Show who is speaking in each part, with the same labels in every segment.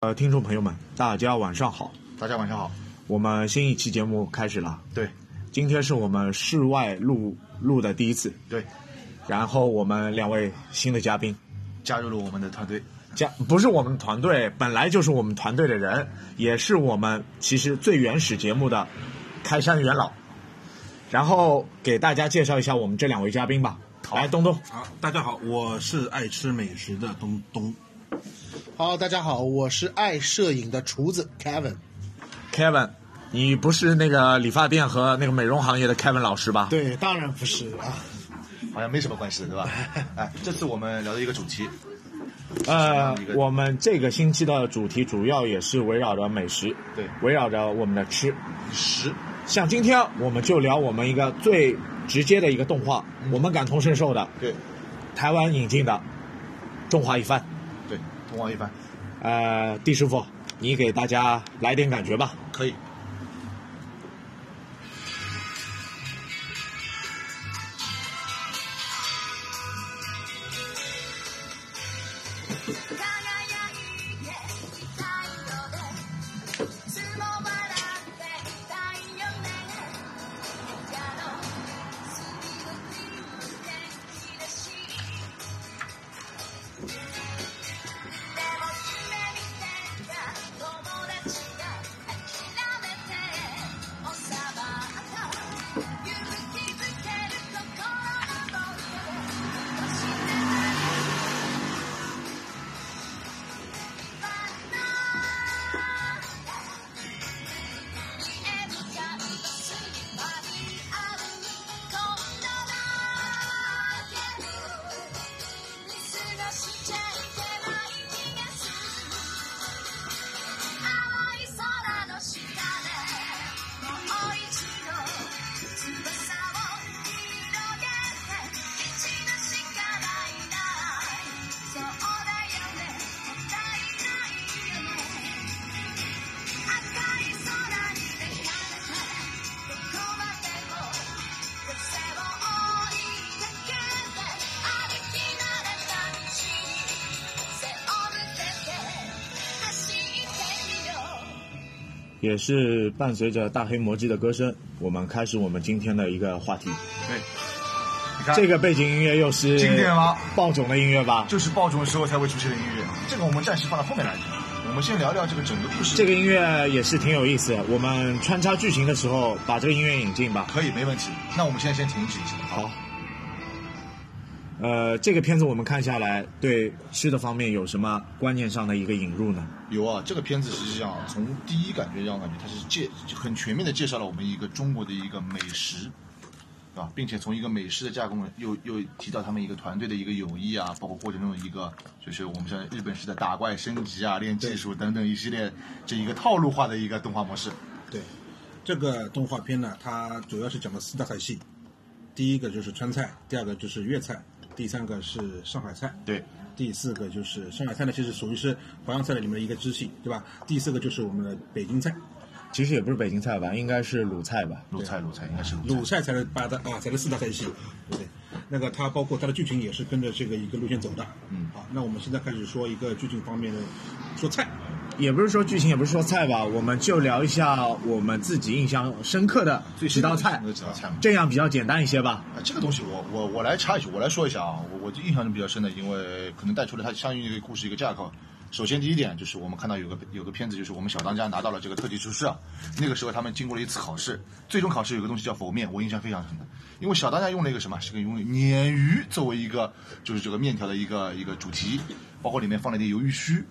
Speaker 1: 呃，听众朋友们，大家晚上好，
Speaker 2: 大家晚上好。
Speaker 1: 我们新一期节目开始了。
Speaker 2: 对
Speaker 1: 今天是我们室外录录的第一次，
Speaker 2: 对，
Speaker 1: 然后我们两位新的嘉宾，
Speaker 2: 加入了我们的团队，
Speaker 1: 加不是我们团队，本来就是我们团队的人，也是我们其实最原始节目的开山元老。然后给大家介绍一下我们这两位嘉宾吧。来，东东，
Speaker 3: 好，大家好，我是爱吃美食的东东。
Speaker 4: 好，大家好，我是爱摄影的厨子 Kevin。
Speaker 1: Kevin，你不是那个理发店和那个美容行业的 Kevin 老师吧？
Speaker 4: 对，当然不是啊，
Speaker 2: 好像没什么关系， 对吧？哎，这次我们聊的一个主题，
Speaker 1: 呃
Speaker 2: 一，个
Speaker 1: 我们这个星期的主题主要也是围绕着美食，
Speaker 2: 对
Speaker 1: 围绕着我们的吃。
Speaker 2: 食，
Speaker 1: 像今天我们就聊我们一个最直接的一个动画，
Speaker 2: 嗯
Speaker 1: 我们感同身受的，
Speaker 2: 对
Speaker 1: 台湾引进的《中华一番
Speaker 2: 对，通往一番，》。
Speaker 1: 呃，帝师傅，你给大家来点感觉吧。
Speaker 2: 可以。
Speaker 5: 輝いて太陽で相撲笑ってたいよねやろうスピードって引き出しでも夢見てた友達が諦めて収まった勇気づける心の僕をそして「見え向かうとすぐ間に合う」「今度だけ見過ごしちゃいけない気がする」「青い空の下でもう一度翼を広げて」「一度しかないなそうだよねもったいないよね」「赤い空に出かれてどこまでも風を追いかけて」「歩き慣れた道背負ってて走ってみよう」
Speaker 1: 也是伴随着大黑魔姬的歌声，我们开始我们今天的一个话题。
Speaker 2: 对，你看
Speaker 1: 这个背景音乐又是
Speaker 2: 经典吗？
Speaker 1: 暴种的音乐吧？
Speaker 2: 就是爆种时候才会出现的音乐，这个我们暂时放到后面来听。我们先聊聊这个整个故事，
Speaker 1: 这个音乐也是挺有意思的，我们穿插剧情的时候把这个音乐引进吧。
Speaker 2: 可以没问题。那我们现在先停止一下，好，
Speaker 1: 好。呃，这个片子我们看下来，对吃的方面有什么观念上的一个引入呢？
Speaker 2: 有啊，这个片子实际上从第一感觉让我感觉它是介很全面的介绍了我们一个中国的一个美食，对吧？并且从一个美食的架构又又提到他们一个团队的一个友谊啊，包括过程中的一个就是我们像日本式的打怪升级啊、练技术等等一系列这一个套路化的一个动画模式。
Speaker 3: 对，这个动画片呢，它主要是讲了四大菜系，第一个就是川菜，第二个就是粤菜，第三个是上海菜，
Speaker 2: 对，
Speaker 3: 第四个就是上海菜呢，其实属于是淮扬菜里面的一个支系，对吧？第四个就是我们的北京菜，
Speaker 1: 其实也不是北京菜吧，应该是鲁菜吧。
Speaker 2: 鲁菜鲁菜应该是鲁
Speaker 3: 鲁
Speaker 2: 菜，
Speaker 3: 菜才是八大啊，才是四大菜系，对不对？那个它包括它的剧情也是跟着这个一个路线走的，
Speaker 2: 嗯
Speaker 3: 好，那我们现在开始说一个剧情方面的，说菜，
Speaker 1: 也不是说剧情，也不是说菜吧，我们就聊一下我们自己印象深刻的几道菜，
Speaker 2: 几道菜嘛。
Speaker 1: 这样比较简单一些吧。
Speaker 2: 啊，这个东西我我我来插一句，我来说一下啊，我我印象中比较深的，因为可能带出了它相应的一个故事一个架构。首先第一点就是我们看到有个有个片子，就是我们小当家拿到了这个特级厨师啊，那个时候他们经过了一次考试，最终考试有个东西叫佛面，我印象非常深的，因为小当家用了一个什么，是个用鲶鱼作为一个就是这个面条的一个一个主题，包括里面放了一点鱿鱼须，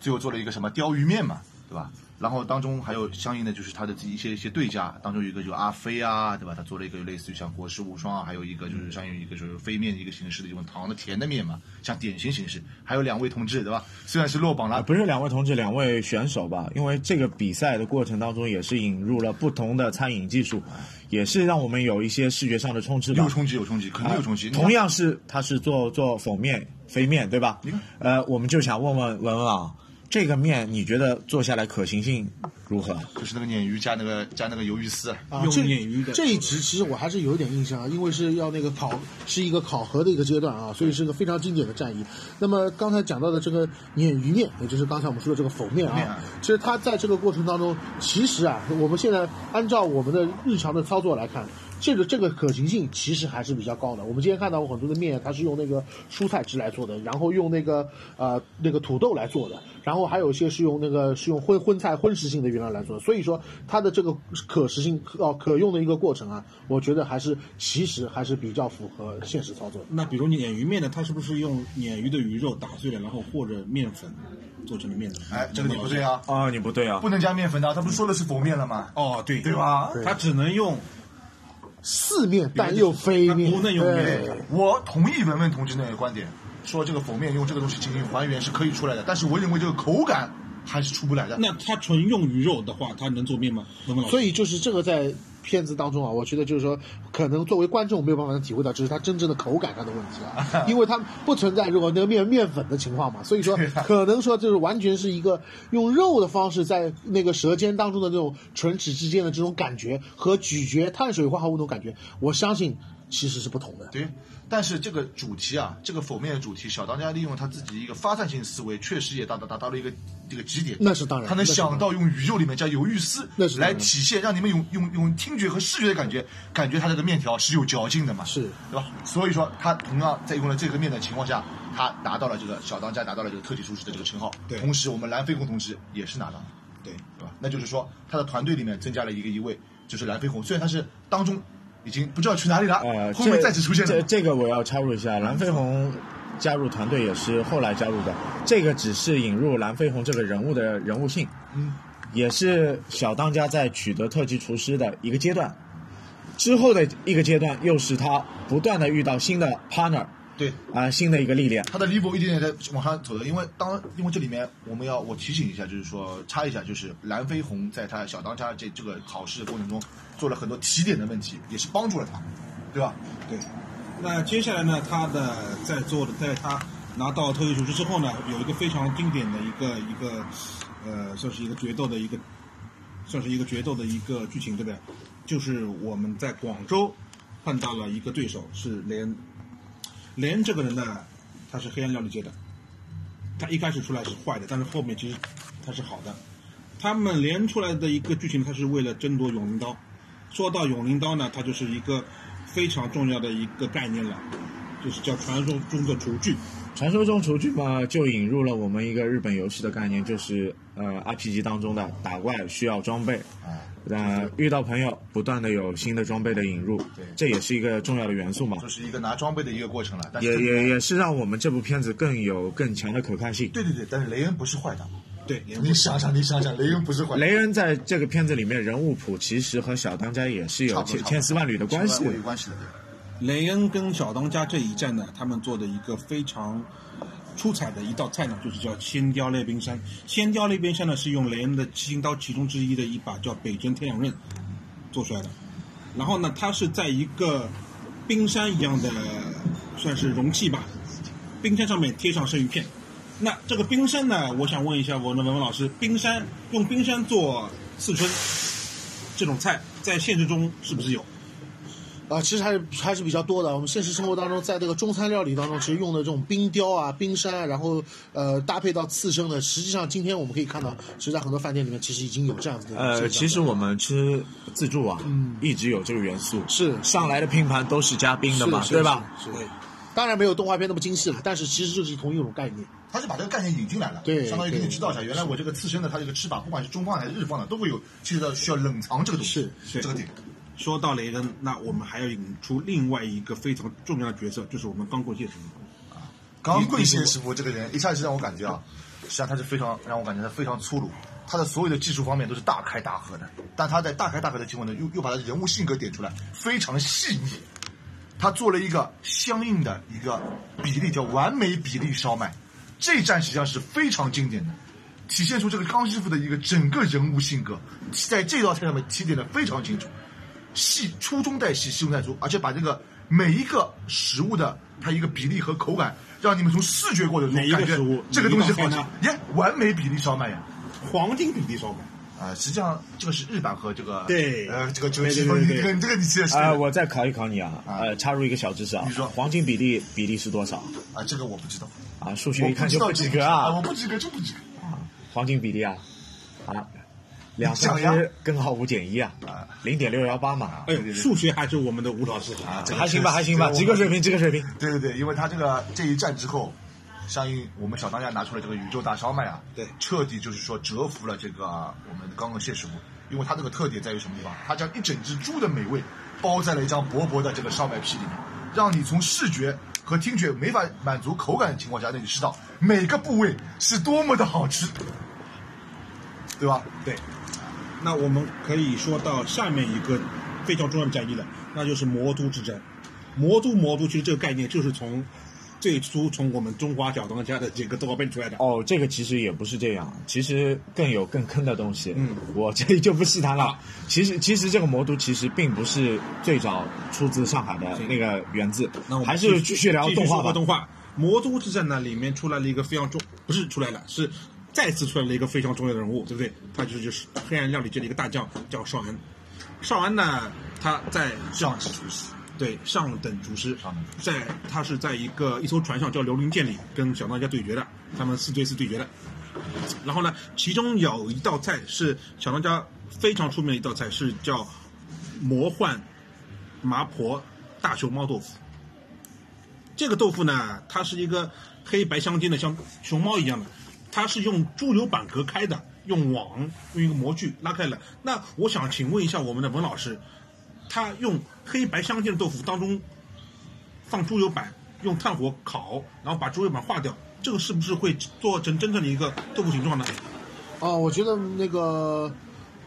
Speaker 2: 最后做了一个什么鲷鱼面嘛，对吧？然后当中还有相应的就是他的一些一些对家，当中有一个就阿飞啊，对吧？他做了一个类似于像国师无双啊，还有一个
Speaker 1: 嗯
Speaker 2: 就是相应于一个就是飞面的一个形式的这种糖的甜的面嘛，像点心形式。还有两位同志，对吧？虽然是落榜
Speaker 1: 啊，
Speaker 2: 了，
Speaker 1: 不是两位同志，两位选手吧？因为这个比赛的过程当中，也是引入了不同的餐饮技术，也是让我们有一些视觉上的冲击吧啊
Speaker 2: 有。冲击有冲击，肯定有冲击。
Speaker 1: 同样是他是做做否面、飞面，对吧
Speaker 2: 你看？
Speaker 1: 呃，我们就想问问文文啊，这个面你觉得做下来可行性如何？
Speaker 2: 就是那个鲶鱼加那个加那个鱿鱼丝，哎
Speaker 4: 啊，
Speaker 3: 用
Speaker 4: 这
Speaker 3: 鲶鱼的
Speaker 4: 这一集其实我还是有一点印象啊，因为是要那个考，是一个考核的一个阶段啊，所以是个非常经典的战役。那么刚才讲到的这个鲶鱼面，也就是刚才我们说的这个否面
Speaker 2: 否面
Speaker 4: 啊
Speaker 2: 啊，
Speaker 4: 其实它在这个过程当中，其实啊，我们现在按照我们的日常的操作来看。这个这个可行性其实还是比较高的。我们今天看到过很多的面，它是用那个蔬菜汁来做的，然后用那个呃那个土豆来做的，然后还有一些是用那个是用荤荤 菜荤食性的原料来做的。所以说它的这个可食性可哦可用的一个过程啊，我觉得还是其实还是比较符合现实操作的。
Speaker 3: 那比如鲶鱼面呢，它是不是用鲶鱼的鱼肉打碎了，然后和着面粉做成了面粉？
Speaker 2: 哎，这个你不对啊，
Speaker 1: 啊，你不对啊
Speaker 2: 不能加面粉的啊，他不是说的是佛面了吗？
Speaker 3: 哦，对
Speaker 2: 对吧对
Speaker 3: 它只能用
Speaker 4: 四面但又非面，
Speaker 3: 它不能用面
Speaker 4: 对
Speaker 2: 我同意文文同志那个观点，说这个佛面用这个东西进行还原是可以出来的，但是我认为这个口感还是出不来的。
Speaker 3: 那它纯用鱼肉的话，它能做面吗？文文老师，
Speaker 4: 所以就是这个在片子当中啊，我觉得就是说，可能作为观众没有办法体会到，就是它真正的口感上的问题啊，因为它不存在如果那个面面粉的情况嘛，所以说可能说就是完全是一个用肉的方式在那个舌尖当中的那种唇齿之间的这种感觉和咀嚼碳水化合物那种感觉，我相信其实是不同的。
Speaker 2: 对，但是这个主题啊，这个否面的主题，小当家利用他自己一个发散性思维，确实也达达达到了一个这个极点。
Speaker 4: 那是当然
Speaker 2: 他能想到用鱼肉里面加鱿鱼丝
Speaker 4: 那是当
Speaker 2: 来
Speaker 4: 然
Speaker 2: 体现，让你们用用用听觉和视觉的感觉，感觉它这个面条是有嚼劲的嘛，
Speaker 4: 是
Speaker 2: 对吧？所以说，他同样在用了这个面的情况下，他达到了这个小当家达到了这个特级厨师的这个称号。
Speaker 3: 对
Speaker 2: 同时我们蓝飞鸿同志也是拿到了。
Speaker 3: 对，
Speaker 2: 对吧？那就是说，他的团队里面增加了一个一位，就是蓝飞鸿。虽然他是当中已经不知道去哪里了，
Speaker 1: 呃，
Speaker 2: 后面
Speaker 1: 这
Speaker 2: 再次出现
Speaker 1: 这
Speaker 2: 的。
Speaker 1: 这个我要插入一下，蓝飞鸿加入团队也是后来加入的，这个只是引入蓝飞鸿这个人物的人物性，
Speaker 2: 嗯，
Speaker 1: 也是小当家在取得特级厨师的一个阶段，之后的一个阶段又是他不断的遇到新的 partner
Speaker 2: 对，
Speaker 1: 啊、新的一个历练，
Speaker 2: 他的 level 一点点在往上走的，因为当因为这里面我们要我提醒一下，就是说插一下，就是蓝飞鸿在他小当家这这个考试的过程中做了很多提点的问题，也是帮助了他，对吧？
Speaker 3: 对。那接下来呢，他的在做的，在他拿到特级厨师之后呢，有一个非常经典的一个一个，呃，算是一个决斗的一个，算是一个决斗的一个剧情，对不对？就是我们在广州碰到了一个对手是雷恩，雷恩这个人呢，他是黑暗料理界的，他一开始出来是坏的，但是后面其实他是好的。他们连出来的一个剧情，他是为了争夺永灵刀。说到永灵刀呢，它就是一个非常重要的一个概念了，就是叫传说中的厨具。
Speaker 1: 传说中厨具嘛，就引入了我们一个日本游戏的概念，就是呃 RPG 当中的打怪需要装备，
Speaker 2: 啊，
Speaker 1: 呃，遇到朋友不断的有新的装备的引入，
Speaker 2: 对
Speaker 1: 这也是一个重要的元素嘛
Speaker 2: 就，是一个拿装备的一个过程了。但
Speaker 1: 也
Speaker 2: 是
Speaker 1: 也也是让我们这部片子更有更强的可看性。
Speaker 2: 对对对，但是雷恩不是坏的，
Speaker 3: 对，连
Speaker 2: 你想想，你想想，雷恩不是坏的。
Speaker 1: 雷恩在这个片子里面人物谱其实和小当家也是
Speaker 2: 差
Speaker 1: 有
Speaker 2: 不
Speaker 1: 千
Speaker 2: 多差不多
Speaker 1: 千丝万缕的关系
Speaker 2: 有关系的，
Speaker 3: 雷恩跟小当家这一战呢，他们做的一个非常出彩的一道菜呢，就是叫千雕裂冰山。千雕裂冰山呢，是用雷恩的七星刀其中之一的一把叫北针天阳刃做出来的。然后呢，它是在一个冰山一样的算是容器吧，冰山上面贴上生鱼片。那这个冰山呢，我想问一下我们的文文老师，冰山用冰山做刺春这种菜，在现实中是不是有？
Speaker 4: 啊，其实还是还是比较多的。我们现实生活当中，在这个中餐料理当中，其实用的这种冰雕啊、冰山啊，然后呃搭配到刺身的，实际上今天我们可以看到，其实在很多饭店里面其实已经有这样子的。
Speaker 1: 呃，其实我们吃自助啊，
Speaker 2: 嗯
Speaker 1: 一直有这个元素，
Speaker 4: 是
Speaker 1: 上来的拼盘都是加冰的嘛，
Speaker 4: 是
Speaker 1: 对吧？？
Speaker 4: 是是是当然没有动画片那么精细了，但是其实就是同一种概念。
Speaker 2: 他是把这个概念引进来了，
Speaker 4: 对
Speaker 2: 相当于给你
Speaker 4: 对
Speaker 2: 知道一下，原来我这个刺身的它这个吃法，不管是中方的还是日方的，都会有其实到需要冷藏这个东西，
Speaker 3: 是是
Speaker 2: 这个点。
Speaker 3: 说到雷恩，那我们还要引出另外一个非常重要的角色，就是我们刚过界神。
Speaker 2: 钢棍谢师傅这个人一下子让我感觉啊，实际上他是非常让我感觉他非常粗鲁，他的所有的技术方面都是大开大合的，但他在大开大合的情况呢，又又把他的人物性格点出来，非常细腻。他做了一个相应的一个比例，叫完美比例烧麦，这一站实际上是非常经典的，体现出这个钢师傅的一个整个人物性格，在这道菜上面提点的非常清楚。细粗中带细，细中带粗，而且把这个每一个食物的它一个比例和口感让你们从视觉过程
Speaker 3: 哪
Speaker 2: 中
Speaker 3: 一个
Speaker 2: 感觉
Speaker 3: 食物
Speaker 2: 这个东西
Speaker 3: 哪
Speaker 2: 好吃
Speaker 3: 一道菜呢，
Speaker 2: 耶，完美比例烧麦呀！
Speaker 3: 黄金比例烧麦，
Speaker 2: 啊，实际上这个是日版和这个
Speaker 3: 对
Speaker 2: 呃，这个这个
Speaker 3: 对对
Speaker 2: 西方，
Speaker 3: 对
Speaker 2: 你
Speaker 3: 对
Speaker 2: 这个你这个你记得 是对
Speaker 1: 啊、
Speaker 2: 的
Speaker 1: 我再考一考你啊，呃，插入一个小知识啊，
Speaker 2: 你说
Speaker 1: 黄金比例比例是多少
Speaker 2: 啊，这个我不知道，
Speaker 1: 啊？数
Speaker 2: 我
Speaker 1: 学一看
Speaker 2: 知
Speaker 1: 就
Speaker 2: 道
Speaker 1: 不
Speaker 2: 这
Speaker 1: 及
Speaker 2: 个
Speaker 1: 格
Speaker 2: 我
Speaker 1: 啊，
Speaker 2: 不及格就不及格。
Speaker 1: 黄金比例啊，啊，两三
Speaker 2: 讲呀
Speaker 1: 只根号五减一啊
Speaker 2: 啊，
Speaker 1: 零点六幺八嘛，
Speaker 3: 哎呦，数学还是我们的吴老师好。
Speaker 2: 这个
Speaker 1: 还行吧，还行吧，
Speaker 2: 这个我
Speaker 1: 及格水平，及格水平。
Speaker 2: 对对对，因为他这个这一战之后，相应我们小当家拿出了这个宇宙大烧麦啊，
Speaker 3: 对
Speaker 2: 彻底就是说折服了这个我们刚刚谢师傅，因为他这个特点在于什么地方？他将一整只猪的美味包在了一张薄薄的这个烧麦皮里面，让你从视觉和听觉没法满足口感的情况下，让你吃到每个部位是多么的好吃，对吧？
Speaker 3: 对，那我们可以说到下面一个非常重要的战役了，那就是魔都之战。魔都，魔都，其实这个概念就是从最初从我们中华小当家的这个动画片出来的。
Speaker 1: 哦，这个其实也不是这样，其实更有更坑的东西。
Speaker 3: 嗯，
Speaker 1: 我这里就不细谈了。其实，其实这个魔都其实并不是最早出自上海的那个源字，
Speaker 3: 那我们
Speaker 1: 还是
Speaker 3: 继
Speaker 1: 继
Speaker 3: 续
Speaker 1: 续聊动画
Speaker 3: 说
Speaker 1: 吧。
Speaker 3: 动画《魔都之战》呢，里面出来了一个非常重，不是出来了，是再次出来了一个非常重要的人物，对不对？他就是就是黑暗料理界的一个大将，叫少安。少安呢，他在
Speaker 2: 上是厨师，
Speaker 3: 对上等厨师
Speaker 2: 上等厨，
Speaker 3: 在他是在一个一艘船上叫辽宁舰里跟小当家对决的，他们四对四对决的。然后呢，其中有一道菜是小当家非常出名的一道菜，是叫魔幻麻婆大熊猫豆腐。这个豆腐呢，它是一个黑白相间的，像熊猫一样的，它是用猪油板隔开的，用网用一个模具拉开了。那我想请问一下我们的文老师，他用黑白相间的豆腐当中放猪油板，用炭火烤，然后把猪油板化掉，这个是不是会做成真正的一个豆腐形状呢？
Speaker 4: 啊，我觉得那个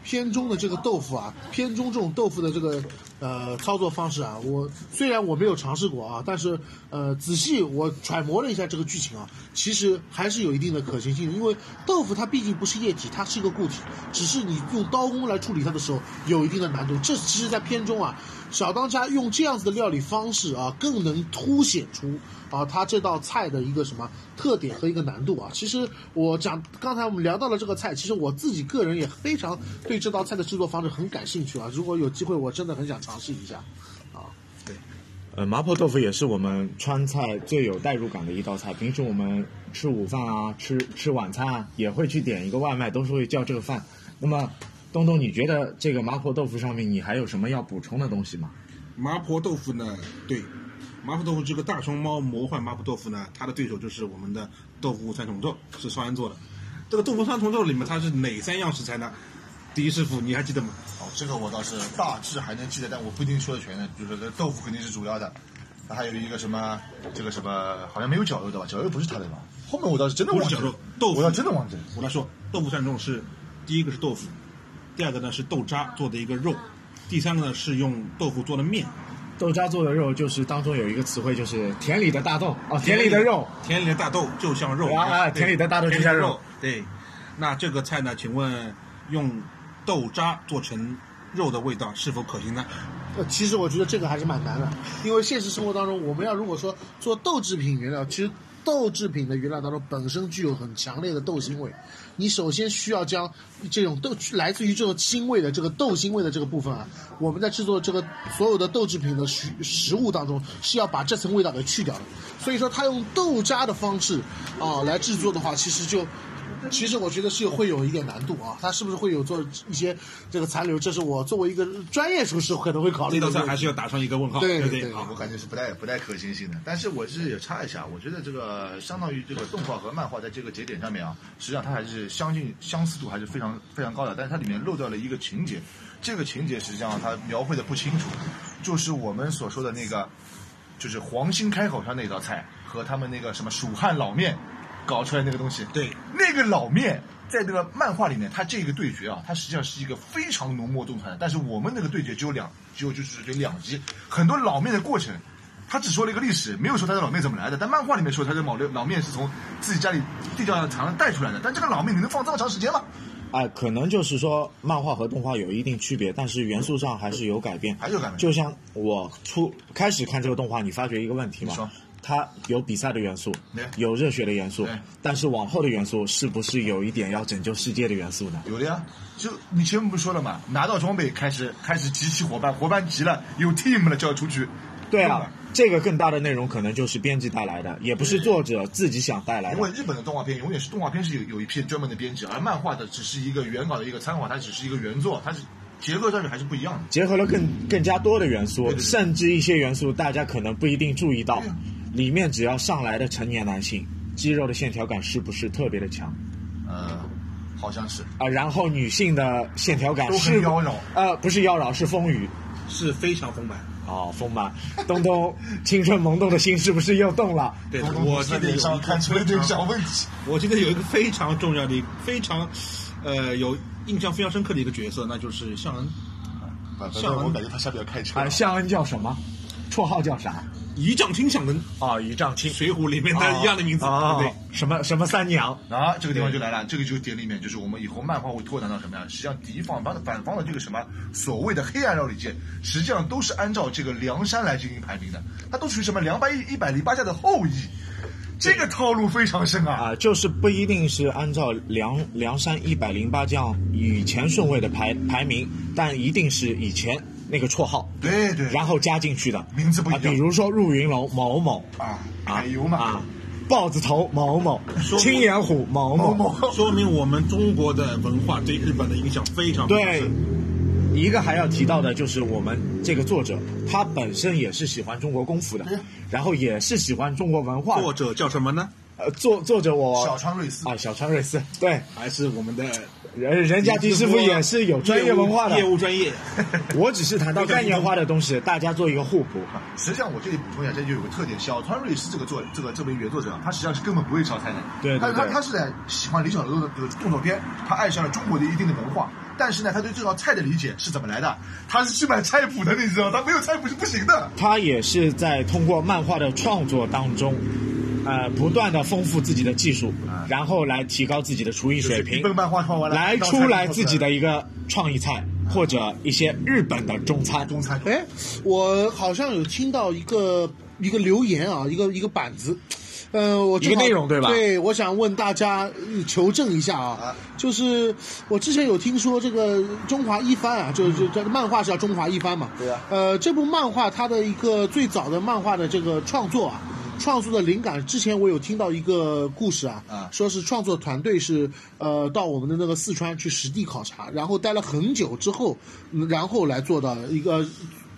Speaker 4: 片中的这个豆腐啊，片中这种豆腐的这个呃操作方式啊，我虽然我没有尝试过啊，但是呃仔细我揣摩了一下这个剧情啊，其实还是有一定的可行性的，因为豆腐它毕竟不是液体，它是一个固体，只是你用刀工来处理它的时候有一定的难度。这其实，在片中啊，小当家用这样子的料理方式啊，更能凸显出啊他这道菜的一个什么特点和一个难度啊。其实我讲刚才我们聊到了这个菜，其实我自己个人也非常对这道菜的制作方式很感兴趣啊。如果有机会，我真的很想尝试一下。
Speaker 1: 呃，麻婆豆腐也是我们川菜最有代入感的一道菜。平时我们吃午饭啊，吃吃晚餐啊，也会去点一个外卖，都是会叫这个饭。那么，东东，你觉得这个麻婆豆腐上面你还有什么要补充的东西吗？
Speaker 3: 麻婆豆腐呢，对，麻婆豆腐这个大熊猫魔幻麻婆豆腐呢，它的对手就是我们的豆腐三重奏，是双安做的。这个豆腐三重奏里面它是哪三样食材呢？第一师傅，你还记得吗？
Speaker 2: 哦，这个我倒是大致还能记得，但我不一定说的全的。比如说，这豆腐肯定是主要的，那还有一个什么，这个什么，好像没有绞肉的吧？绞肉不是他的吧？后面我倒是真的
Speaker 3: 不
Speaker 2: 忘
Speaker 3: 是
Speaker 2: 记
Speaker 3: 绞
Speaker 2: 了
Speaker 3: 肉，，豆腐。
Speaker 2: 我倒真的忘记了。
Speaker 3: 我来说，豆腐三重是第一个是豆腐，第二个呢是豆渣做的一个肉，第三个呢是用豆腐做的面，
Speaker 1: 豆渣做的肉就是当中有一个词汇，就是田里的大豆哦，田里的肉。，
Speaker 3: 田里的大豆就像肉
Speaker 1: 啊啊
Speaker 3: 对
Speaker 1: 田里的大豆就像肉。
Speaker 3: 对，那这个菜呢？请问用豆渣做成肉的味道是否可行呢？
Speaker 4: 呃，其实我觉得这个还是蛮难的，因为现实生活当中，我们要如果说做豆制品原料，其实豆制品的原料当中本身具有很强烈的豆腥味，你首先需要将这种豆来自于这种腥味的这个豆腥味的这个部分啊，我们在制作这个所有的豆制品的食食物当中是要把这层味道给去掉的，所以说它用豆渣的方式啊来制作的话，其实就其实我觉得是会有一点难度啊，它是不是会有做一些这个残留？这是我作为一个专业厨师可能会考虑
Speaker 3: 这
Speaker 4: 的
Speaker 3: 道
Speaker 4: 问
Speaker 3: 菜
Speaker 4: 题。
Speaker 3: 还是要打上一个问号，
Speaker 4: 对
Speaker 3: 不啊
Speaker 4: 对
Speaker 3: 好
Speaker 2: 我感觉是不太不太可行性的。但是我是也插一下，我觉得这个相当于这个动画和漫画在这个节点上面啊，实际上它还是相近相似度还是非常非常高的，但是它里面漏掉了一个情节，这个情节实际上它描绘的不清楚，就是我们所说的那个，就是黄兴开口上那道菜和他们那个什么蜀汉老面搞出来那个东西，
Speaker 3: 对，
Speaker 2: 那个老面在那个漫画里面，它这个对决啊，它实际上是一个非常浓墨重彩的。但是我们那个对决只有两，只有就是这两集，很多老面的过程，他只说了一个历史，没有说他的老面怎么来的。但漫画里面说他的老老面是从自己家里地窖上藏着带出来的。但这个老面你能放这么长时间吗？
Speaker 1: 啊、可能就是说漫画和动画有一定区别，但是元素上还是有改变。
Speaker 2: 还是有改变
Speaker 1: 就像我初开始看这个动画，你发觉一个问题
Speaker 2: 你说
Speaker 1: 嘛，它有比赛的元素
Speaker 2: 对，
Speaker 1: 有热血的元素
Speaker 2: 对，
Speaker 1: 但是往后的元素是不是有一点要拯救世界的元素呢？
Speaker 2: 有的呀，就你前面不是说了嘛，拿到装备开始开始集齐伙伴，伙伴齐了有 team 了就要出去。
Speaker 1: 对
Speaker 2: 动漫
Speaker 1: 啊，这个更大的内容可能就是编辑带来的，也不是作者自己想带来
Speaker 2: 因为
Speaker 1: 的。
Speaker 2: 日本的动画片永远是动画片是有有一片专门的编辑，而漫画的只是一个原稿的一个参考，它只是一个原作，它是结构上面还是不一样的。
Speaker 1: 结合了更更加多的元
Speaker 2: 对
Speaker 1: 素
Speaker 2: 对，对
Speaker 1: 甚至一些元素大家可能不一定注意到
Speaker 2: 对啊，
Speaker 1: 里面只要上来的成年男性，肌肉的线条感是不是特别的强？
Speaker 2: 呃，好像是
Speaker 1: 啊，然后女性的线条感
Speaker 2: 都很
Speaker 1: 是
Speaker 2: 妖娆，
Speaker 1: 呃，不是妖娆，是丰腴。
Speaker 3: 是非常丰满。
Speaker 1: 哦，丰满，东东 青春萌动的心是不是又动了？
Speaker 3: 对的，
Speaker 2: 东东
Speaker 3: 我
Speaker 2: 在
Speaker 3: 记得
Speaker 2: 脸
Speaker 3: 有一
Speaker 2: 上
Speaker 3: 个
Speaker 2: 看出了
Speaker 3: 非
Speaker 2: 点
Speaker 3: 常
Speaker 2: 小问 题。
Speaker 3: 我记得有一个非常重要的、非常呃有印象非常深刻的一个角色，那就是向恩
Speaker 2: 反
Speaker 3: 正
Speaker 2: 正我
Speaker 3: 我
Speaker 2: 感
Speaker 3: 感
Speaker 2: 觉他下边要开车
Speaker 1: 啊，向恩叫什么？绰号叫啥？
Speaker 3: 一丈青向恩，
Speaker 1: 哦，一丈青
Speaker 3: 《水浒》里面的一样的名字，
Speaker 1: 哦，
Speaker 3: 对不对。
Speaker 1: 什么什么三娘？
Speaker 2: 啊，这个地方就来了，这个就是点里面，就是我们以后漫画会拓展到什么呀？实际上敌方反反方的这个什么所谓的黑暗料理界，实际上都是按照这个梁山来进行排名的，它都属于什么两百一百零八家的后裔，这个套路非常深啊。
Speaker 1: 啊、就是不一定是按照梁梁山一百零八将以前顺位的排排名，但一定是以前那个绰号，
Speaker 2: 对对，
Speaker 1: 然后加进去的
Speaker 2: 名字不一样
Speaker 1: 啊比如说入云楼某某
Speaker 2: 啊，
Speaker 1: 啊
Speaker 2: 海油嘛，
Speaker 1: 啊，豹子头某某，
Speaker 3: 说
Speaker 1: 青眼虎某某，
Speaker 2: 某某
Speaker 3: 说明我们中国的文化对日本的影响非常
Speaker 1: 对
Speaker 3: 深。，
Speaker 1: 一个还要提到的就是我们这个作者，他本身也是喜欢中国功夫的，然后也是喜欢中国文化的。
Speaker 3: 作者叫什么呢？
Speaker 1: 呃，作作者我
Speaker 2: 小川瑞司
Speaker 1: 啊，小川瑞司，对，
Speaker 3: 还是我们的啊
Speaker 1: 人人家狄师傅也是有专业文化的
Speaker 3: 业。务专业。
Speaker 1: 我只是谈到概念化的东西，大家做一个互补。
Speaker 2: 实际上，我这里补充一下，这就有个特点，小川瑞司这个作这个这位原作者啊，他实际上是根本不会烧菜的。
Speaker 1: 对对
Speaker 2: 他他
Speaker 1: 对
Speaker 2: 他是在喜欢李小龙的这个动作片，他爱上了中国的一定的文化，但是呢，他对这道菜的理解是怎么来的？他是去买菜谱的，你知道，他没有菜谱是不行的。
Speaker 1: 他也是在通过漫画的创作当中，呃，不断的丰富自己的技术，然后来提高自己的厨艺水
Speaker 2: 啊一
Speaker 1: 平，
Speaker 2: 本漫画画完了，
Speaker 1: 来
Speaker 2: 一道菜
Speaker 1: 出
Speaker 2: 谱
Speaker 1: 来
Speaker 2: 做出
Speaker 1: 自己的一个创意菜或者一些日本的中餐。
Speaker 2: 中餐。
Speaker 4: 哎，我好像有听到一个一个留言啊，一个一个板子，呃，我
Speaker 1: 一
Speaker 4: 正好
Speaker 1: 个内容对吧
Speaker 4: 对，我想问大家呃求证一下啊，就是我之前有听说这个中华一番啊，就就这个漫画是叫中华一番嘛，
Speaker 2: 对啊
Speaker 4: 呃，这部漫画它的一个最早的漫画的这个创作啊。
Speaker 2: 嗯
Speaker 4: 创作的灵感，之前我有听到一个故事啊，
Speaker 2: 啊
Speaker 4: 说是创作团队是呃到我们的那个四川去实地考察，然后待了很久之后，嗯然后来做的一个，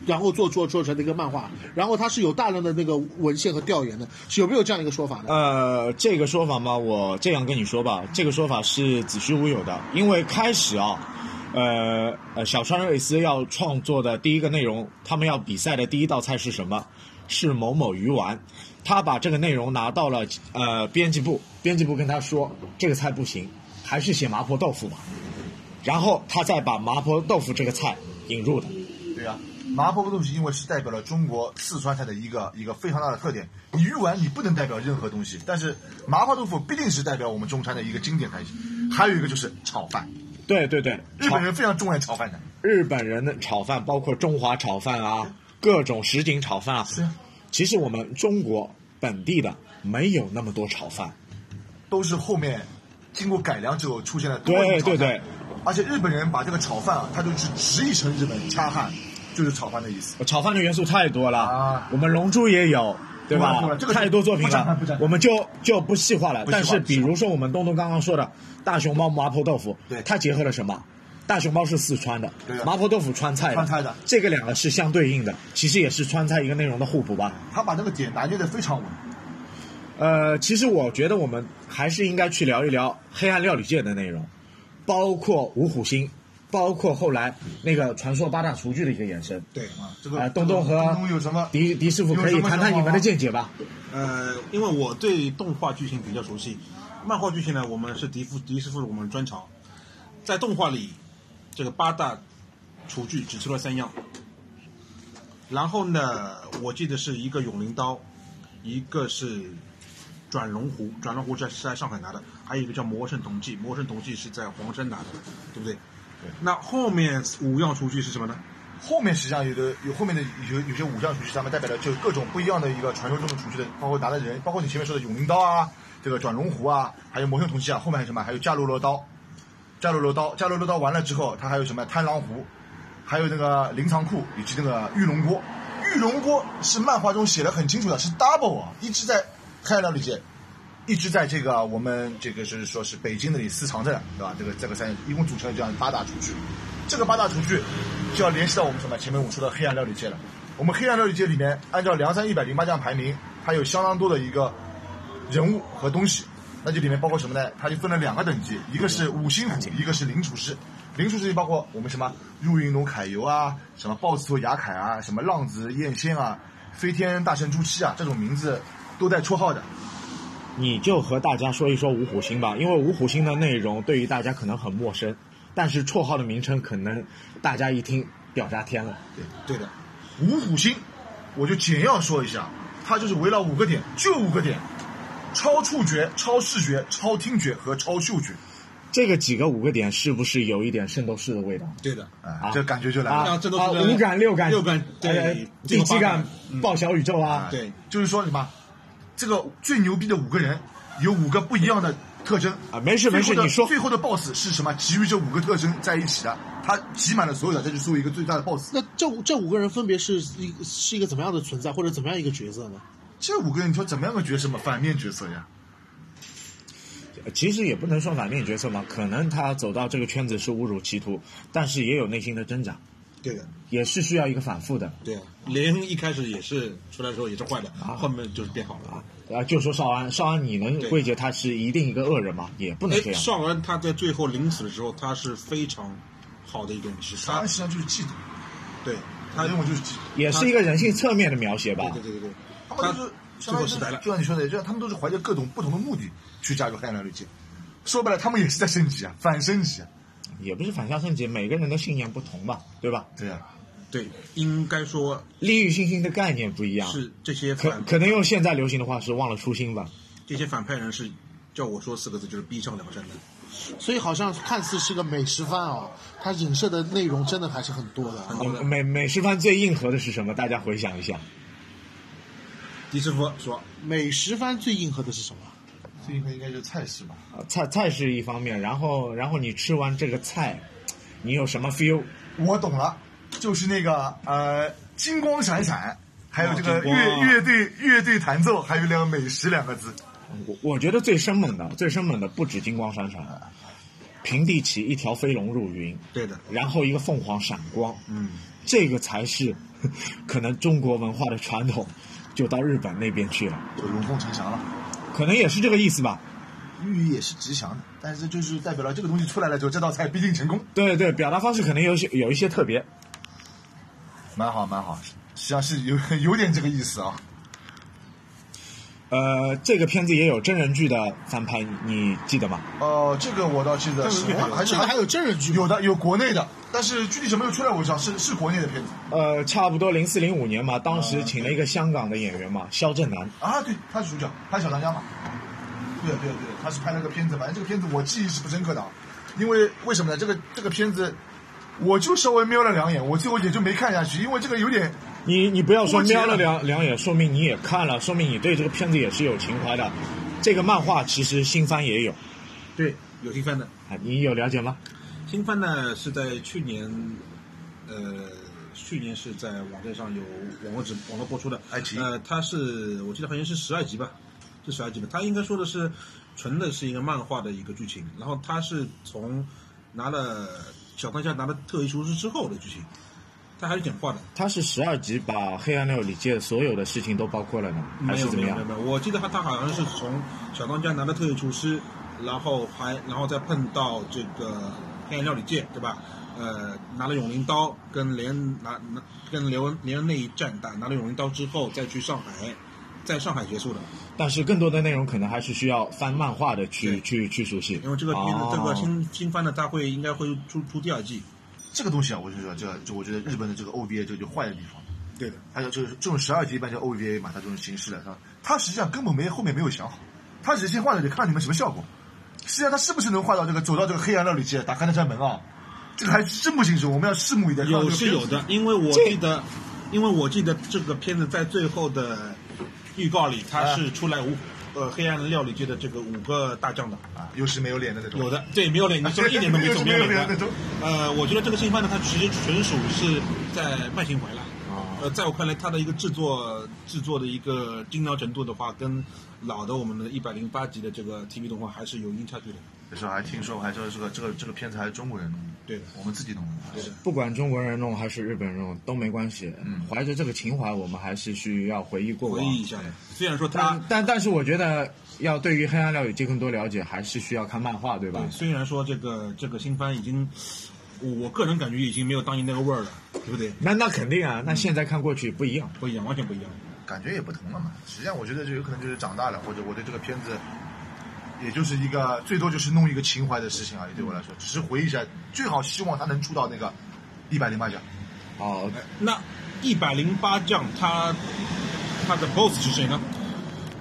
Speaker 4: 然后做做做成的一个漫画，然后它是有大量的那个文献和调研的，是有没有这样一个说法呢？
Speaker 1: 呃，这个说法嘛，我这样跟你说吧，这个说法是子虚乌有的，因为开始啊，呃呃，小川瑞斯要创作的第一个内容，他们要比赛的第一道菜是什么？是某某鱼丸。他把这个内容拿到了呃编辑部，编辑部跟他说这个菜不行，还是写麻婆豆腐吧。然后他再把麻婆豆腐这个菜引入的。
Speaker 2: 对呀、麻婆豆腐因为是代表了中国四川菜的一个一个非常大的特点。你鱼丸你不能代表任何东西，但是麻婆豆腐必定是代表我们中餐的一个经典菜系。还有一个就是炒饭，
Speaker 1: 对对对，
Speaker 2: 日
Speaker 1: 炒
Speaker 2: 本人非常钟爱炒饭的。
Speaker 1: 日本人的炒饭，包括中华炒饭啊，各种什锦炒饭啊。
Speaker 2: 是啊
Speaker 1: 其实我们中国本地的没有那么多炒饭，
Speaker 2: 都是后面经过改良之后出现了多
Speaker 1: 对
Speaker 2: 种炒
Speaker 1: 对
Speaker 2: 饭
Speaker 1: 对
Speaker 2: 而且日本人把这个炒饭啊，他就是直译成日本恰饭，就是炒饭的意思。
Speaker 1: 炒饭的元素太多了。
Speaker 2: 啊
Speaker 1: 我们《龙珠》也有。对吧
Speaker 2: 多了多了这？个
Speaker 1: 太多作品
Speaker 2: 不展开
Speaker 1: 了
Speaker 2: 不展，开
Speaker 1: 我们就就不细化了。
Speaker 2: 不细化
Speaker 1: 但是，
Speaker 2: 不细
Speaker 1: 比
Speaker 2: 化
Speaker 1: 如说我们东东刚刚说的大熊猫麻婆豆腐，
Speaker 2: 对
Speaker 1: 它结合了什么？大熊猫是四川的
Speaker 2: 对啊，
Speaker 1: 麻婆豆腐川菜的，
Speaker 2: 川菜的
Speaker 1: 这个两个是相对应的，其实也是川菜一个内容的互补吧。
Speaker 2: 他把那个点拿捏的非常稳。
Speaker 1: 呃，其实我觉得我们还是应该去聊一聊黑暗料理界的内容，包括五虎星，包括后来那个传说八大厨具的一个延伸。
Speaker 3: 对，
Speaker 2: 啊，这个
Speaker 1: 啊、东东和
Speaker 2: 东东有什么？
Speaker 1: 迪迪师傅可以谈谈你们的见解吧？
Speaker 3: 呃，因为我对动画剧情比较熟悉，漫画剧情呢，我们是迪夫迪师傅我们的专长。在动画里，这个八大厨具只出了三样，然后呢，我记得是一个永灵刀，一个是转龙壶，转龙壶是在是在上海拿的，还有一个叫魔圣铜器，魔圣铜器是在黄山拿的，对不对？那后面五样厨具是什么呢？
Speaker 2: 后面实际上有的有后面的有有些武将厨师，他们代表的就是各种不一样的一个传说中的厨师的，包括拿的人，包括你前面说的永灵刀啊，这个转龙壶啊，还有魔圣铜器啊，后面还有什么？还有伽罗罗刀，伽罗罗刀，伽罗罗刀完了之后，它还有什么贪狼壶，还有那个灵藏库以及那个玉龙锅。玉龙锅是漫画中写的很清楚的，是 double 啊，一直在太阳料理界，一直在这个我们这个就是说是北京那里私藏着的，对吧？这个这个三一共组成了这样八大厨具，这个八大厨具就要联系到我们什么？前面我说的黑暗料理界了。我们黑暗料理界里面，按照梁山一百零八将排名，它有相当多的一个人物和东西。那这里面包括什么呢？它就分了两个等级，一个是五星虎，一个是零厨师。零厨师就包括我们什么入云龙揩油啊，什么豹子头牙凯啊，什么浪子燕仙啊，飞天大圣朱漆啊，这种名字都带绰号的。
Speaker 1: 你就和大家说一说五虎星吧，因为五虎星的内容对于大家可能很陌生，但是绰号的名称可能大家一听屌炸天了。
Speaker 3: 对的，
Speaker 2: 五虎星，我就简要说一下，它就是围绕五个点，就五个点：超触觉、超视觉、超听觉和超嗅觉。
Speaker 1: 这个几个五个点是不是有一点圣斗士的味道？
Speaker 3: 对的。
Speaker 2: 啊，这感觉就来了。
Speaker 1: 啊
Speaker 3: 这都是
Speaker 1: 啊五感六感
Speaker 3: 六感对
Speaker 1: 哎
Speaker 3: 这
Speaker 1: 第
Speaker 3: 个
Speaker 1: 七感
Speaker 3: 八感嗯
Speaker 1: 爆小宇宙啊，
Speaker 3: 对，
Speaker 2: 就是说什么，这个最牛逼的五个人有五个不一样的特征
Speaker 1: 啊没事没事
Speaker 2: 最后的
Speaker 1: 你说
Speaker 2: 最后的 BOSS 是什么？集于这五个特征在一起的，他集满了所有的，这就是作为一个最大的 BOSS。
Speaker 4: 那这五这五个人分别是一是一个怎么样的存在，或者怎么样一个角色呢？
Speaker 2: 这五个人，你说怎么样个角色嘛？反面角色呀？
Speaker 1: 呃其实也不能算反面角色嘛，可能他走到这个圈子是误入歧途，但是也有内心的挣扎，
Speaker 3: 对的，
Speaker 1: 也是需要一个反复的。
Speaker 3: 对啊。雷恩一开始也是出来的时候也是坏的，
Speaker 2: 啊
Speaker 3: 后面就是变好了啊。
Speaker 1: 啊，就说少安，少安你能
Speaker 3: 对
Speaker 1: 归结他是一定一个恶人吗？也不能这
Speaker 3: 哎，
Speaker 1: 样。
Speaker 3: 少安他在最后临死的时候，他是非常好的一种是
Speaker 2: 他
Speaker 3: 他
Speaker 2: 实际上就是嫉妒，
Speaker 3: 对
Speaker 2: 他
Speaker 3: 他
Speaker 2: 用的就是嫉妒。
Speaker 1: 也是一个人性侧面的描写吧。
Speaker 3: 对对对对，
Speaker 2: 他
Speaker 3: 他
Speaker 2: 们就是
Speaker 3: 最后失败了
Speaker 2: 就像你说的，就像他们都是怀着各种不同的目的去加入黑暗料理界。说白了，他们也是在升级啊，反升级啊。
Speaker 1: 也不是反向升级，每个人的信念不同吧，对吧？
Speaker 2: 对啊，
Speaker 3: 对，应该说
Speaker 1: 利欲信心的概念不一样，
Speaker 3: 是这些
Speaker 1: 可
Speaker 3: 反
Speaker 1: 可能用现在流行的话是忘了初心吧。
Speaker 3: 这些反派人是叫我说四个字就是逼上梁山的。
Speaker 4: 所以好像看似是个美食番哦，它影射的内容真的还是很多的啊。
Speaker 3: 很多的
Speaker 1: 美美食番最硬核的是什么？大家回想一下，
Speaker 3: 迪师傅说
Speaker 4: 美食番最硬核的是什么？
Speaker 2: 这应该应该就是菜式吧。
Speaker 1: 呃菜菜是一方面，然后然后你吃完这个菜，你有什么 feel？
Speaker 2: 我懂了，就是那个呃，金光闪闪，还有这个
Speaker 3: 哦金光
Speaker 2: 乐乐队乐队弹奏，还有两个美食两个字。
Speaker 1: 我我觉得最生猛的，最生猛的不止金光闪闪，平地起一条飞龙入云，
Speaker 3: 对的，
Speaker 1: 然后一个凤凰闪光，
Speaker 2: 嗯，
Speaker 1: 这个才是可能中国文化的传统，就到日本那边去了，
Speaker 2: 就龙凤呈祥了，
Speaker 1: 可能也是这个意思吧。
Speaker 2: 寓意也是吉祥的，但是就是代表了这个东西出来了之后，这道菜必定成功。
Speaker 1: 对对，表达方式可能有些有一些特别。
Speaker 2: 蛮好蛮好，实际上是有有点这个意思啊。
Speaker 1: 呃，这个片子也有真人剧的翻拍，你记得吗？
Speaker 2: 哦、这个我倒记得是，还是
Speaker 4: 现在还有真人剧吗？
Speaker 2: 有的有国内的，但是具体什么时候出来我不知道，是是国内的片子
Speaker 1: 呃，差不多零四零五年嘛，当时请了一个香港的演员嘛，肖正南。
Speaker 2: 啊。对，他是主角，他是小当家嘛。对对对，他是拍了个片子，反正这个片子我记忆是不深刻的，啊，因为为什么呢？这个这个片子。我就稍微瞄了两眼，我最后也就没看下去，因为这个有点
Speaker 1: 你你不要说
Speaker 2: 我记得
Speaker 1: 瞄了两两眼，说明你也看了，说明你对这个片子也是有情怀的。这个漫画其实新番也有
Speaker 3: 对，有新番的，
Speaker 1: 啊，你有了解吗？
Speaker 3: 新番呢是在去年，呃，去年是在网站上有网络直网络播出的，
Speaker 2: 爱奇艺
Speaker 3: 呃，它是我记得好像是十二集吧，是十二集吧。它应该说的是纯的是一个漫画的一个剧情，然后它是从拿了小当家拿了特异厨师之后的剧情，它还是简化的，
Speaker 1: 它是十二集，把黑暗料理界所有的事情都包括了呢，还
Speaker 3: 没
Speaker 1: 是
Speaker 3: 有
Speaker 1: 怎
Speaker 3: 没
Speaker 1: 么
Speaker 3: 有没有
Speaker 1: 样？
Speaker 3: 没有，我记得他他好像是从小当家拿的特异厨师，然后还然后再碰到这个黑暗料理界，对吧？呃，拿了永灵刀跟雷恩拿拿跟雷恩雷恩那一战打拿了永灵刀之后，再去上海，在上海结束的，
Speaker 1: 但是更多的内容可能还是需要翻漫画的去
Speaker 3: 对
Speaker 1: 去去熟悉。
Speaker 3: 因为这个片子、这
Speaker 1: 哦
Speaker 3: 个新新番呢，他会应该会出出第二季，
Speaker 2: 这个东西啊，我就说这个，就我觉得日本的这个 OVA 这个就坏的地方，
Speaker 3: 对的，
Speaker 2: 它就就是这种十二集一般叫 OVA 嘛，它这种形式的，它它实际上根本没后面没有想好，它只是先画了，就看你们什么效果。实际上它是不是能画到这个走到这个黑暗料理界，打开那扇门啊，这个还真不清楚，我们要拭目以待。
Speaker 3: 有是有，的，因为我记得，因为我记得这个片子在最后的预告里，
Speaker 1: 啊
Speaker 3: 它是出来五、呃黑暗料理界的这个五个大将的，
Speaker 2: 啊，又是没有脸的那种。
Speaker 3: 有的对没有脸，你说一点都没
Speaker 2: 又
Speaker 3: 走，
Speaker 2: 是
Speaker 3: 没
Speaker 2: 没有
Speaker 3: 有
Speaker 2: 脸
Speaker 3: 脸
Speaker 2: 那
Speaker 3: 的
Speaker 2: 种。
Speaker 3: 呃，我觉得这个新番呢，它其实纯属是在卖情怀了。
Speaker 2: 啊
Speaker 3: 呃，在我看来，它的一个制作制作的一个精良程度的话，跟老的我们的一百零八集的这个 TV 动画还是有一定差距的。
Speaker 2: 那时候还听说，还说这个这个这个片子还是中国人弄的，
Speaker 3: 对的
Speaker 2: 我们自己弄的。
Speaker 3: 对的
Speaker 1: 不管中国人弄还是日本人弄都没关系，怀着这个情怀，我们还是需要嗯回忆过
Speaker 3: 回
Speaker 1: 往。
Speaker 3: 忆一
Speaker 2: 哦
Speaker 3: 下，虽然说它
Speaker 1: 但但但是我觉得，要对于黑暗料理界更多了解，还是需要看漫画，对吧？
Speaker 3: 对，虽然说这个这个新番已经，我我个人感觉已经没有当年那个味儿了，对不对？
Speaker 1: 那那肯定啊，那现在看过去不一样。
Speaker 3: 不一样，完全不一样。
Speaker 2: 感觉也不同了嘛。实际上，我觉得就有可能就是长大了，或者我对这个片子，也就是一个最多就是弄一个情怀的事情而已。对我来
Speaker 3: 嗯
Speaker 2: 说，只是回忆一下，最好希望他能出到那个一百零八奖。
Speaker 1: 哦，
Speaker 3: 那一百零八将他他的 BOSS 是谁呢？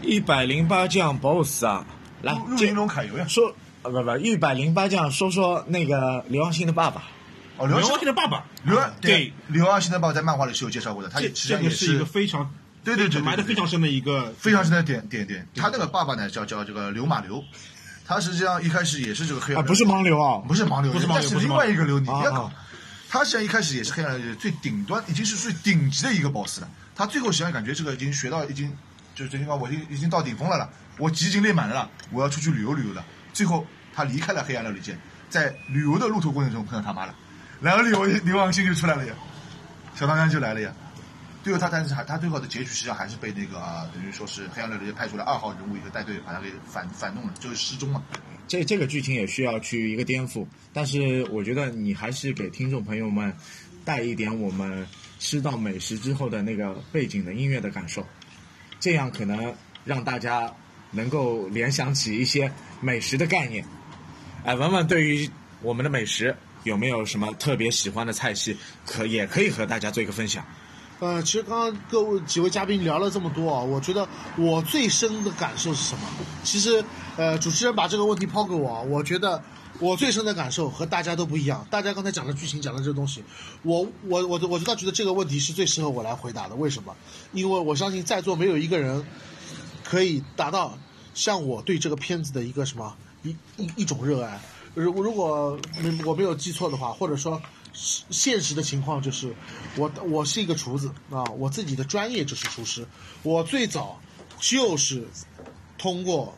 Speaker 1: 一百零八将 BOSS 啊，来
Speaker 2: 陆陆
Speaker 1: 这
Speaker 2: 云龙凯游呀，
Speaker 1: 说啊不不，一百零八将说说那个刘昂星的爸爸。
Speaker 2: 哦，刘耀
Speaker 3: 刘耀庆
Speaker 2: 庆
Speaker 3: 的爸爸，
Speaker 2: 刘耀
Speaker 3: 对，
Speaker 2: 刘耀庆的爸爸在漫画里是有介绍过的，他
Speaker 3: 这
Speaker 2: 也实际
Speaker 3: 这
Speaker 2: 上
Speaker 3: 个
Speaker 2: 也
Speaker 3: 是一个非常
Speaker 2: 对对对对对
Speaker 3: 埋的非常深的一个
Speaker 2: 非常深的点点点。他那个爸爸呢叫叫这个刘马刘，他实际上一开始也是这个黑
Speaker 1: 啊，
Speaker 2: 暗
Speaker 1: 不是盲流啊，
Speaker 2: 不是盲流，
Speaker 3: 不是盲流
Speaker 2: 但是
Speaker 3: 不是
Speaker 2: 另
Speaker 3: 盲流
Speaker 2: 外一个流，你不
Speaker 1: 啊
Speaker 2: 要搞
Speaker 1: 啊。
Speaker 2: 他实际上一开始也是黑暗流最顶端，已经是最顶级的一个 boss 了。他最后实际上感觉这个已经学到，已经就是这句话，我已经已经到顶峰了了，我级已经练满了了，我要出去旅游旅游了。最后他离开了黑暗料理界，在旅游的路途过程中碰到他妈了，然后刘刘昂星就出来了呀，小当家就来了呀。最后他但是还他最后的结局实际上还是被那个、啊、等于说是黑暗料理界派出来二号人物一个带队把他给反反弄了，就是失踪嘛。
Speaker 1: 这这个剧情也需要去一个颠覆，但是我觉得你还是给听众朋友们带一点我们吃到美食之后的那个背景的音乐的感受，这样可能让大家能够联想起一些美食的概念。哎，文文对于我们的美食有没有什么特别喜欢的菜系，可也可以和大家做一个分享。
Speaker 4: 呃，其实刚刚各位几位嘉宾聊了这么多啊，我觉得我最深的感受是什么？其实，呃，主持人把这个问题抛给我啊，我觉得我最深的感受和大家都不一样。大家刚才讲的剧情，讲的这个东西，我我我我就倒觉得这个问题是最适合我来回答的。为什么？因为我相信在座没有一个人可以达到像我对这个片子的一个什么一一一种热爱。如如果没我没有记错的话，或者说是现实的情况就是，我我是一个厨子啊，我自己的专业就是厨师。我最早就是通过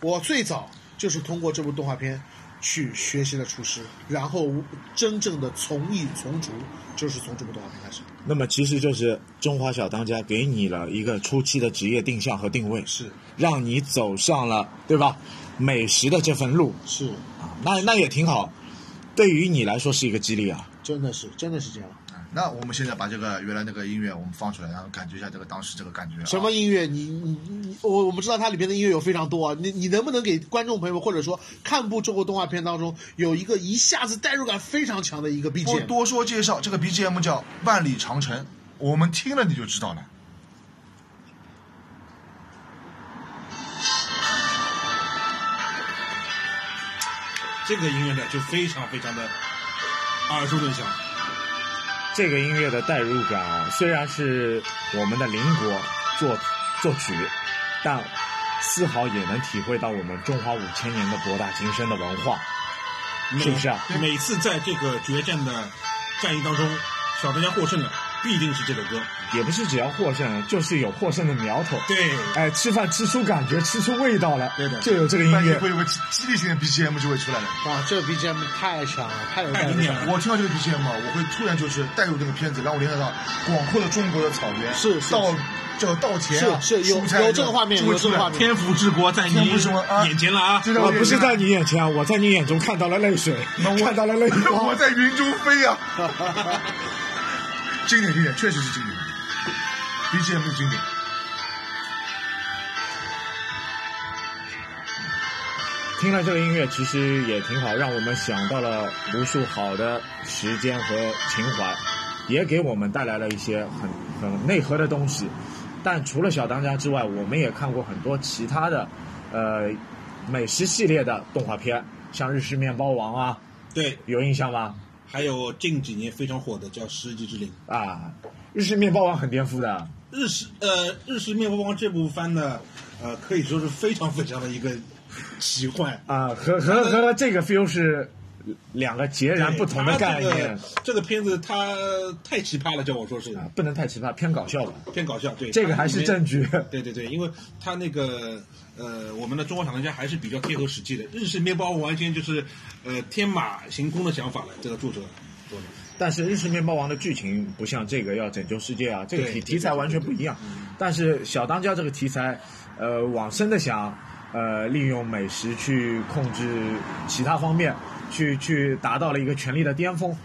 Speaker 4: 我最早就是通过这部动画片去学习了厨师，然后真正的从艺从厨就是从这部动画片开始。
Speaker 1: 那么其实就是《中华小当家》给你了一个初期的职业定向和定位，
Speaker 4: 是
Speaker 1: 让你走上了对吧美食的这份路
Speaker 4: 是，
Speaker 1: 啊，那那也挺好，对于你来说是一个激励啊。
Speaker 4: 真的是真的是这样。
Speaker 2: 那我们现在把这个原来那个音乐我们放出来，然后感觉一下这个当时这个感觉、啊。
Speaker 4: 什么？音乐？你你你，我我们知道它里面的音乐有非常多啊。你你能不能给观众朋友们，或者说看部中国动画片当中，有一个一下子代入感非常强的一个
Speaker 2: 不
Speaker 4: BGM？
Speaker 2: 多说介绍，这个 BGM 叫《万里长城》，我们听了你就知道了。
Speaker 3: 这个音乐呢，就非常非常的耳熟能详。
Speaker 1: 这个音乐的代入感啊，虽然是我们的邻国作作曲，但丝毫也能体会到我们中华五千年的博大精深的文化。
Speaker 3: 每
Speaker 1: 是不是啊
Speaker 3: 每次在这个决战的战役当中，小当家获胜了，必定是这首歌。
Speaker 1: 也不是只要获胜，就是有获胜的苗头。
Speaker 3: 对，
Speaker 1: 哎，吃饭吃出感觉，吃出味道来，
Speaker 3: 对的
Speaker 1: 就有这个音
Speaker 2: 半夜
Speaker 1: 乐。
Speaker 2: 会有个激激励性的 BGM 就会出来了。
Speaker 4: 哇，这个 BGM 太强了，太有代
Speaker 3: 太
Speaker 4: 入
Speaker 3: 经典
Speaker 4: 感了。
Speaker 3: 了。
Speaker 2: 我听到这个 BGM，啊我会突然就是带入这个片子，让我联想到广阔的中国的草原，
Speaker 4: 是是
Speaker 2: 稻叫稻田啊，
Speaker 4: 是是有
Speaker 2: 蔬菜
Speaker 4: 有这个画面
Speaker 2: 就会
Speaker 4: 有这
Speaker 2: 出
Speaker 4: 个
Speaker 2: 来
Speaker 4: 画面
Speaker 3: 天府之国在你
Speaker 2: 天府之国啊
Speaker 3: 眼前了啊！
Speaker 2: 就让
Speaker 1: 我
Speaker 2: 我
Speaker 1: 不是
Speaker 2: 联想
Speaker 1: 在你眼 前啊，我在你眼中看到了泪水， 看到了泪
Speaker 2: 到 我
Speaker 1: 光。
Speaker 2: 在云中飞 呀、啊，经典经典，确实是经典，BGM 是经典。
Speaker 1: 听了这个音乐，其实也挺好，让我们想到了无数好的时间和情怀，也给我们带来了一些很很内核的东西。但除了小当家之外，我们也看过很多其他的，呃，美食系列的动画片，像《日式面包王》啊，
Speaker 3: 对，
Speaker 1: 有印象吗？
Speaker 3: 还有近几年非常火的叫《世纪之灵》。
Speaker 1: 啊，日式面包王很颠覆的，啊
Speaker 3: 日式呃日式面包王这部番呢，呃可以说是非常非常的一个奇幻，
Speaker 1: 啊，和和和这个 feel 是两个截然不同的概念
Speaker 3: 它啊这个这个片子它太奇葩了，叫我说是
Speaker 1: 啊，不能太奇葩，偏搞笑吧。
Speaker 3: 偏搞笑。对，
Speaker 1: 这个还是
Speaker 3: 正
Speaker 1: 证据。
Speaker 3: 对对对，因为它那个呃，我们的中国厂商家还是比较贴合实际的。日式面包完全就是呃天马行空的想法了，这个作者做的。
Speaker 1: 但是日式面包王的剧情不像这个要拯救世界啊，这个
Speaker 3: 对
Speaker 1: 题
Speaker 3: 对
Speaker 1: 题材完全不一样。但是小当家这个题材，呃，往深的想，呃，利用美食去控制其他方面，去去达到了一个权力的巅峰。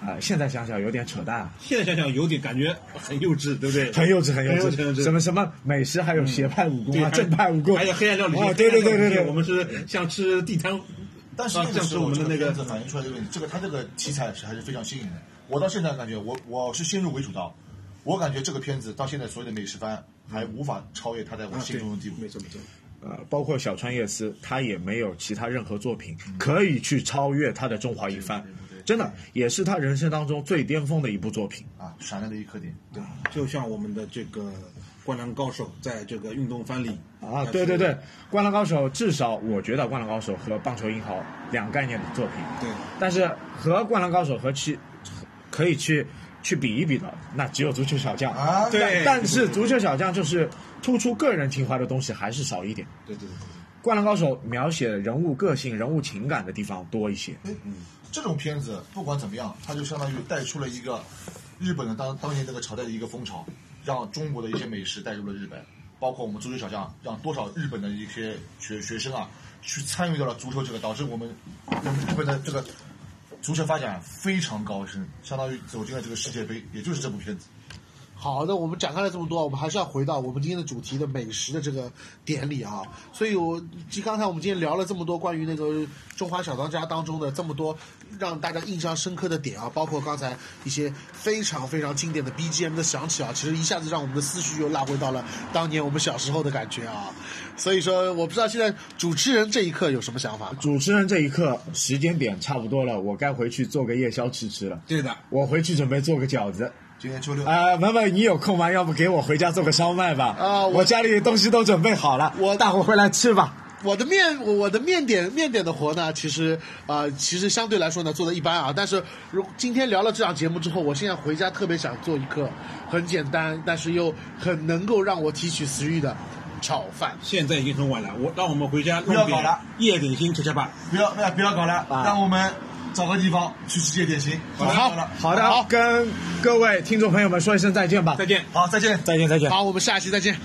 Speaker 1: 啊、现在想想有点扯淡啊。
Speaker 3: 现在想想有点感觉很幼稚，对不对？
Speaker 1: 很幼稚，很幼
Speaker 3: 很幼稚嗯
Speaker 1: 稚，什么什么美食，还有邪派武功
Speaker 3: 对
Speaker 1: 啊，
Speaker 3: 还有
Speaker 1: 正派武功，
Speaker 3: 还有黑暗料理
Speaker 1: 啊，对对对
Speaker 3: 黑暗
Speaker 1: 对
Speaker 3: 料理
Speaker 1: 对，
Speaker 3: 我们是像吃地摊，
Speaker 2: 但是
Speaker 3: 啊
Speaker 2: 那
Speaker 3: 像
Speaker 2: 个
Speaker 3: 是
Speaker 2: 时
Speaker 3: 我
Speaker 2: 候
Speaker 3: 们
Speaker 2: 这
Speaker 3: 的
Speaker 2: 个
Speaker 3: 那个
Speaker 2: 片子反映出来这个问题，这个他这个题材是还是非常新颖的。我到现在感觉我我是先入为主的，我感觉这个片子到现在所有的美食番还无法超越它在我
Speaker 3: 啊，
Speaker 2: 心
Speaker 3: 对
Speaker 2: 中的地位
Speaker 3: 没。错没错。
Speaker 1: 呃，包括小川叶丝，他也没有其他任何作品可以去超越他的《中华一
Speaker 3: 嗯
Speaker 1: 番》，真的也是他人生当中最巅峰的一部作品。
Speaker 2: 啊，闪亮的一颗点。
Speaker 3: 对，就像我们的这个《灌篮高手》在这个运动番里
Speaker 1: 啊，对对对，《灌篮高手》至少我觉得《灌篮高手》和《棒球英豪》两概念的作品，
Speaker 3: 对，
Speaker 1: 但是和《灌篮高手》和去可以去去比一比的，那只有《足球小将》
Speaker 2: 啊
Speaker 1: 但
Speaker 3: 对
Speaker 1: 但是《足球小将》就是突出个人情怀的东西还是少一点，
Speaker 3: 对对对，
Speaker 1: 《灌篮高手》描写人物个性、人物情感的地方多一些。
Speaker 2: 嗯这种片子不管怎么样，它就相当于带出了一个日本的当当年那个朝代的一个风潮，让中国的一些美食带入了日本，包括我们足球小将，让多少日本的一些学学生啊，去参与到了足球这个，导致我们我们日本的这个足球发展非常高深，相当于走进了这个世界杯，也就是这部片子。
Speaker 4: 好，那我们展开了这么多，我们还是要回到我们今天的主题的美食的这个点里啊。所以我，就刚才我们今天聊了这么多关于那个《中华小当家》当中的这么多让大家印象深刻的点啊，包括刚才一些非常非常经典的 BGM 的响起啊，其实一下子让我们的思绪又拉回到了当年我们小时候的感觉啊。所以说，我不知道现在主持人这一刻有什么想法。
Speaker 1: 主持人这一刻时间点差不多了，我该回去做个夜宵吃吃了。
Speaker 3: 对的。
Speaker 1: 我回去准备做个饺子。
Speaker 2: 今天周六，
Speaker 1: 啊、文文，你有空吗？要不给我回家做个烧麦吧？
Speaker 4: 啊我
Speaker 1: 我家里东西都准备好了，
Speaker 4: 我
Speaker 1: 大伙回来吃吧。
Speaker 4: 我的面我我的面点面点的活呢，其实呃其实相对来说呢做的一般啊，但是如今天聊了这档节目之后，我现在回家特别想做一个很简单，但是又很能够让我提取食欲的炒饭。
Speaker 3: 现在已经很晚了，我让我们回家弄
Speaker 2: 要搞
Speaker 3: 点
Speaker 2: 了
Speaker 3: 夜点心吃吃吧。
Speaker 2: 不要不要不要搞了，让我们找个地方去吃夜点心。好了，
Speaker 1: 好的，跟各位听众朋友们说一声再见吧。
Speaker 3: 再见。
Speaker 2: 好，再见。
Speaker 1: 再见，再见。
Speaker 4: 好，我们下期再见。